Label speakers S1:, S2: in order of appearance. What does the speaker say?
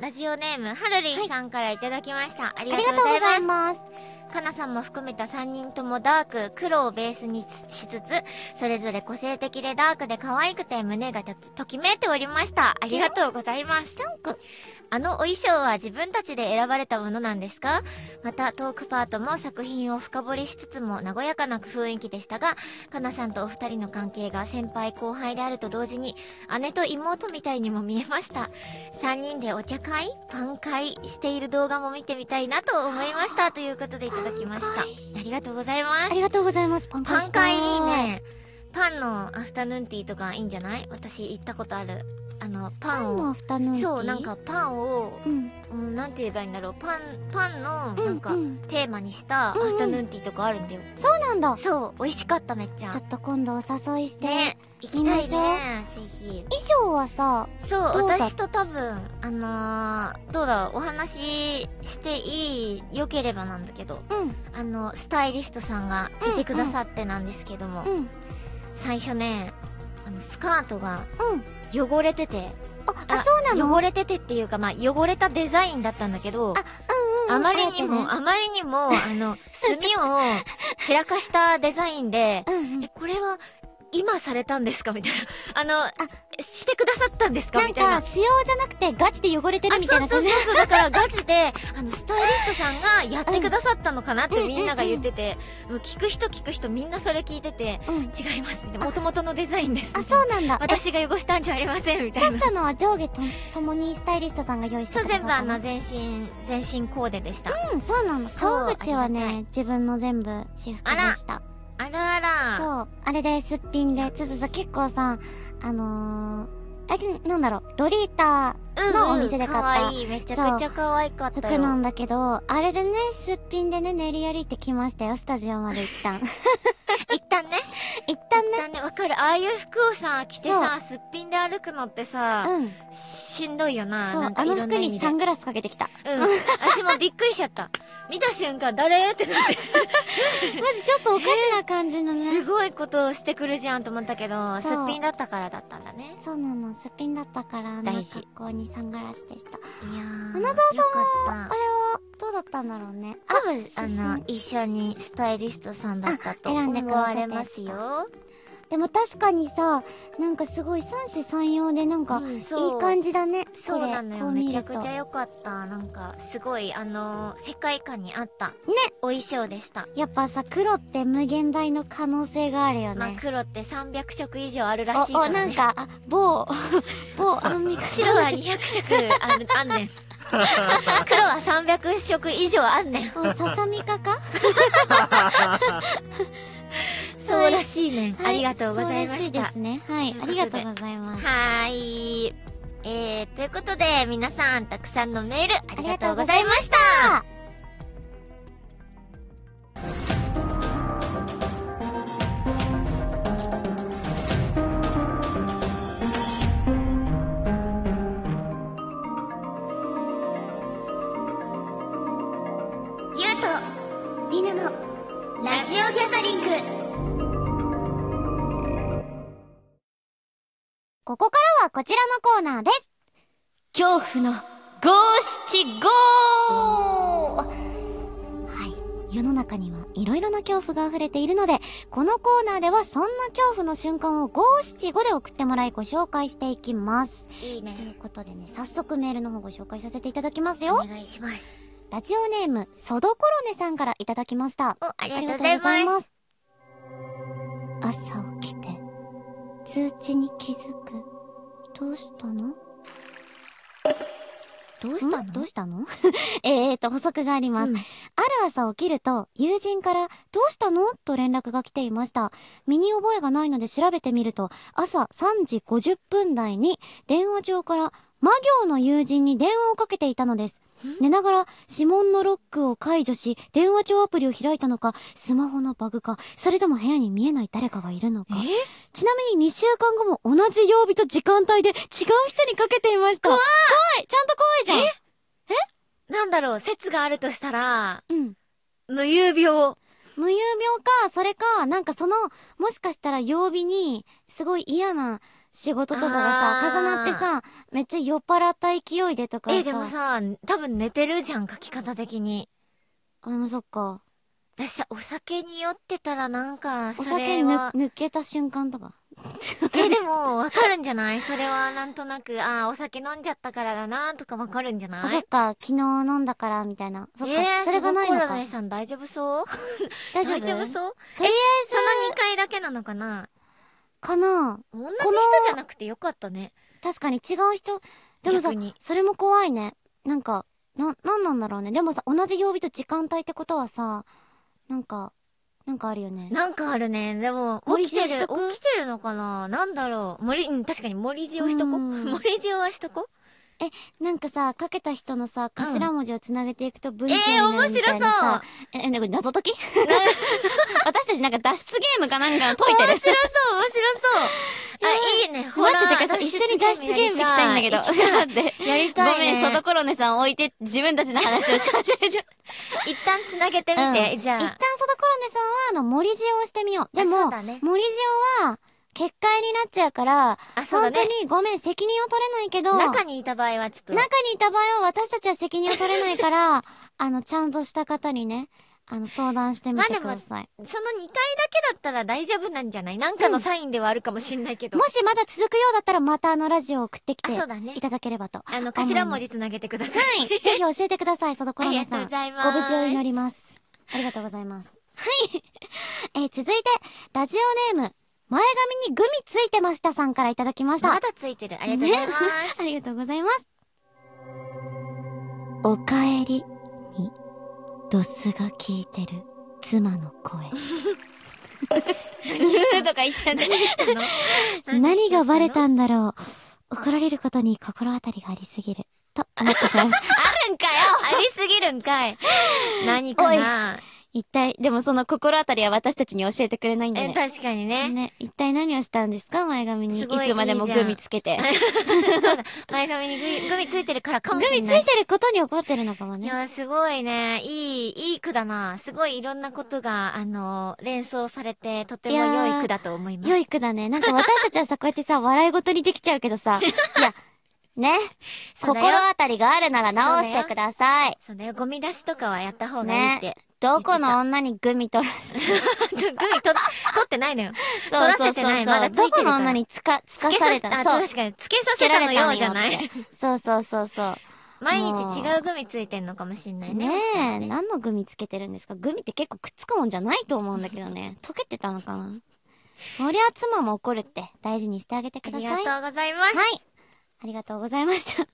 S1: ラジオネームはるりんさんからいただきました、あり
S2: あ
S1: が
S2: り
S1: と
S2: が
S1: う
S2: とう
S1: ござ
S2: ご
S1: います
S2: ざいます。
S1: かなさんも含めた3人ともダーク、黒をベースにしつつ、それぞれ個性的でダークで可愛くて胸がときときめいておりました。ありがとうございます。
S2: ジャンク。
S1: あのお衣装は自分たちで選ばれたものなんですかまたトークパートも作品を深掘りしつつも和やかな雰囲気でしたが、かなさんとお二人の関係が先輩後輩であると同時に、姉と妹みたいにも見えました。3人でお茶会パン会している動画も見てみたいなと思いました。ということでいただきました。ありがとうございま
S2: あ
S1: す。
S2: りがとうございます。パンパン
S1: パン
S2: した
S1: 会いい。ね。パンのアフタヌーンティーとかいいんじゃない私行ったことある。あの、パ
S2: パン
S1: ンを。
S2: のアフタヌーンティー
S1: そう、なん。かパンを、
S2: うん。
S1: うん、なんて言えばいいんだろう。パン、パンの、
S2: う
S1: なんか、
S2: う
S1: テーマにしたア
S2: うんうん
S1: フタヌーンティーとかあるんだよ。
S2: そうなんだ。ち
S1: そう、美味しかっためっちゃ
S2: ょ。っと今度お誘いして。
S1: ね、行きたいね、ぜひ。
S2: 衣装はさ、
S1: そう、
S2: どうだ
S1: 私と多分、あのー、どうだろう、お話ししていい、良ければなんだけど、
S2: うん、
S1: あの、スタイリストさんがいてくださってなんですけども、
S2: うん、
S1: 最初ね、あの、スカートが
S2: うん。
S1: 汚れてて、
S2: あ、あ、そうなの
S1: 汚れててっていうか、まあ、汚れたデザインだったんだけど、
S2: うんうん
S1: あまりにも、
S2: あ
S1: あまりにも、あの、墨を散らかしたデザインで、
S2: えてねうんうん
S1: え、これは、今されたんですかみたいな。あ
S2: あ
S1: の、してくださったんですか
S2: な
S1: み
S2: ん
S1: たいな
S2: か、。仕様じゃなくてガチで汚れてるみたいな感じ。
S1: あそうそうそうそうだからガチであのスタイリストさんがやってくださったのかなって
S2: うん
S1: みんなが言ってて、もう聞く人聞く人みんなそれ聞いてて
S2: うん。
S1: 違いますみたいな元々のデザインです
S2: あ、
S1: みたい
S2: そ
S1: な
S2: うなんだ。え、
S1: 私が汚したんじゃありませんみた
S2: サ
S1: い
S2: ッ
S1: な
S2: サのは上下と、ともにスタイリストさんが用意して
S1: そう
S2: くだ
S1: 全
S2: さっ
S1: 部
S2: た
S1: あ
S2: の
S1: の全身全身コーデでした、
S2: うん、そうなの。
S1: そう
S2: 川口は
S1: ありがたい
S2: ね、自分の全部私服でした。
S1: あらあら
S2: そう。あれですっぴんで、ちょっとさ、結構さ、あのー、あ、なんだろう、ロリータ
S1: うん
S2: のお店で買った
S1: 可愛いめちゃくちゃ可愛かった
S2: 服
S1: よ
S2: なんだけど、あれでね、すっぴんでね、練り歩いてきましたよ、スタジオまで 一旦。
S1: 一旦ね
S2: 一旦
S1: 一
S2: ね、
S1: 旦ねわかるああいう服をさ着てさすっぴんで歩くのってさ、
S2: うん。
S1: しんどいよな
S2: そ
S1: な
S2: う、
S1: んか
S2: あ
S1: い
S2: の
S1: ろんな
S2: 服
S1: 意味で
S2: にサングラスかけてき た。
S1: うん。私もびっくりしちゃった。見た瞬間、誰ってなって、
S2: マジちょっとおかしな感じの
S1: す
S2: ね。
S1: ごいことをしてくるじゃんと思ったけど、す
S2: そ
S1: っ
S2: う
S1: ぴんだったからだったんだね。
S2: そうなの、すっぴんだったから、あの
S1: 大事
S2: 格好にサングラスでした。
S1: いやー。
S2: 花沢
S1: さ
S2: あれは、どうだったんだろうね。あ、
S1: 多分、
S2: 写真
S1: あの、一緒にスタイリストさんだったと
S2: あ選んでく
S1: 思
S2: ださっ
S1: わ
S2: た
S1: れますよ。
S2: でも確かにさ、なんかすごい三種三様でなんか、
S1: う
S2: い
S1: ん
S2: い
S1: そう
S2: 感じだね。
S1: そうなのよ。
S2: これこう見
S1: めちゃ
S2: る
S1: くちゃ
S2: と
S1: 良かった。なんか、すごい、あの、世界観に合った。ね。お衣装でした。
S2: やっぱさ、黒って無限大の可能性があるよ
S1: まあ、
S2: ね。
S1: 黒って300色以上あるらしい
S2: お、
S1: か
S2: お、
S1: らね。
S2: なんか、あ某、 某ア ンミカさん
S1: 白は200色あるあん ねん。黒は300色以上あんねん。
S2: お、ささみ かか
S1: そうらしいねん。
S2: は
S1: ありがとうございま
S2: そうらし
S1: し
S2: いで
S1: た。
S2: すね。はい。
S1: という
S2: あ
S1: ことで
S2: りがとうございます。
S1: はーい。えー、ということで、皆さん、たくさんのメール、ありがとうございました。ゆうと、みなの、ラジオギャザリング。
S2: ここからはこちらのコーナーです。恐怖の五七五はい。世の中にはいろいろな恐怖が溢れているので、このコーナーではそんな恐怖の瞬間を五七五で送ってもらいご紹介していきます。
S1: いいね
S2: と。いうことでね、早速メールの方ご紹介させていただきます
S1: お
S2: よ。
S1: 願いします。
S2: ラジオネーム、ソドコロネさんからいただきました。
S1: お、ありがとうございます。
S2: す。朝起きて、通知に気づく。どうしたの
S1: どう
S2: んどうしたの えーと、補足があります。
S1: うん
S2: ある朝起きると、友人から、どうしたのと連絡が来ていました。身に覚えがないので調べてみると、朝3時50分台に、電話帳から、魔行の友人に電話をかけていたのです。寝ながら指紋のロックを解除し、電話帳アプリを開いたのか、スマホのバグか、それとも部屋に見えない誰かがいるのか。ちなみに2週間後も同じ曜日と時間帯で違う人にかけていました。怖いちゃんと怖いじ
S1: なんだろう、説があるとしたら、
S2: ゃんうん。
S1: 無遊病。
S2: 無遊病か、それか、なんかその、もしかしたら曜日に、すごい嫌な仕事とかがさ、重
S1: あー
S2: なってさ、めっちゃ酔っ払った勢いでとかさ。
S1: え、でもさ、多分寝てるじゃん、書き方的に。
S2: あ、でもそっか。
S1: 私さ、お酒に酔ってたらなんか、そ
S2: お酒
S1: れ
S2: ぬ
S1: は。
S2: 抜けた瞬間とか。
S1: え、でも、わかるんじゃないそれはなんとなく、ああ、お酒飲んじゃったからだな、とかわかるんじゃない
S2: あ、そっか、昨日飲んだから、みたいな。そっか、
S1: えー、
S2: それがないの
S1: そ
S2: か
S1: こ。さん大丈夫そう
S2: 大丈夫
S1: そう
S2: とりあえず
S1: その2回だけなのかな
S2: かな
S1: 同じ人
S2: この
S1: じゃなくてよかったね。
S2: 確かに違う人。でもさ
S1: 逆に、
S2: それも怖いね。なんか、な、なんなんだろうね。でもさ、同じ曜日と時間帯ってことはさ、なんか、なんかあるよね。
S1: なんかあるね。でも、
S2: 盛
S1: 起き
S2: り塩
S1: て
S2: し
S1: る、
S2: とく
S1: 起きてるのかななんだろう。森、うん、確かに森塩しとこ。
S2: うん
S1: 森塩はしとこ。
S2: なんかさ、かけた人のさ、頭文字をつなげていくと文
S1: え
S2: 章に
S1: えー、
S2: な
S1: 面
S2: るみ
S1: 白そ。
S2: たいうなさ。え、え、なんか謎 解き私たちなんか脱出ゲームかなんか解いて
S1: 面白
S2: る。
S1: そう、面白 そう。あ、いいね。ほ
S2: 待
S1: ら
S2: っててかさ、一緒に脱出ゲーム行きたいんだけど。
S1: やり
S2: 待って。
S1: た いやり
S2: ご
S1: たいね。
S2: めん、外コロネさん置いて自分たちの話をし始め ちゃった
S1: 一旦つなげてみて、
S2: うん
S1: じゃあ。
S2: 一旦そのコロネさんは、あの、森塩をしてみよう。で
S1: あそ
S2: も、
S1: うだね
S2: 森塩は、結界になっちゃうから、
S1: あ、そうだ
S2: 本当
S1: ね。
S2: にごめん、責任を取れないけど、
S1: 中にいた場合はちょっと。
S2: 中にいた場合は私たちは責任を取れないから、 あの、ちゃんとした方にね、あの、相談してみ
S1: まあ
S2: て
S1: で
S2: く
S1: も
S2: ださい。
S1: その2回だけだったら大丈夫なんじゃないなんかのサインではあるかもしんないけど。
S2: もしまだ続くようだったら、またあの、ラジオを送ってきて
S1: あ、そうだね
S2: い。ただければ と。
S1: あの、頭文字つなげてください。
S2: はい。ぜひ教えてください、そのコロネさん。
S1: ありがとうございます
S2: ご無事を祈ります。ありがとうございます。 はい。えー続いて、ラジオネーム、前髪にグミついてましたさんからいただきました。
S1: まだついてる。ありがとうございます。
S2: ありがとうございます。おかえりに、ドスが聞いてる妻の声。 とか言っちゃって。
S1: 何したの
S2: 何がバレ
S1: あ
S2: たんだろう。怒られることに心当たりがありすぎる。と思ってしまいます。あるんかよ
S1: りすぎるんかい。何かな
S2: 一体、でもその心当たりは私たちに教えてくれないんだ
S1: え、
S2: ね。
S1: 確かにね。
S2: ね、一体何をしたんですか前髪に。い
S1: すごい
S2: つまでも
S1: いいじ
S2: グ
S1: ゃん
S2: ミつけ て。
S1: そうだ。前髪にグミグミついてるからか
S2: グ
S1: も
S2: ミつ
S1: しれ
S2: い
S1: ないし。
S2: てることに怒ってるのかも
S1: い
S2: ね。
S1: や、すごいね。いい、いい句だな。すごいいろんなことが、あの、連想されて、とても良い句だと思います。
S2: 良い句だね。なんか私たちはさ、こうやってさ、笑い事にできちゃうけど さ、いや、ね、
S1: そうだ
S2: 心
S1: よ
S2: 当たりがあるなら直してください。
S1: そうだよ。ゴミ出しとかはやった方がいいって。
S2: どこの女にグミ取らせて、
S1: グミと、取ってないのよ。
S2: そう
S1: 取らせてないまだついて
S2: ど
S1: るか
S2: こ
S1: ら
S2: の女につか、つか
S1: つけ
S2: さ
S1: さ
S2: れ
S1: せ
S2: た。
S1: た、あ
S2: そう、
S1: 確かに。つけさせたのようじゃない
S2: つ。そうそうそうそう。
S1: 毎日違うグミついてんのかもしんないね。
S2: ねえ、何のグミつけてるんですかグミって結構くっつくもんじゃないと思うんだけどね。溶けてたのかなそりゃ妻も怒るって大事にしてあげて
S1: あ
S2: くだ
S1: り
S2: さい。
S1: がとうございます。
S2: はい。ありがとうございました。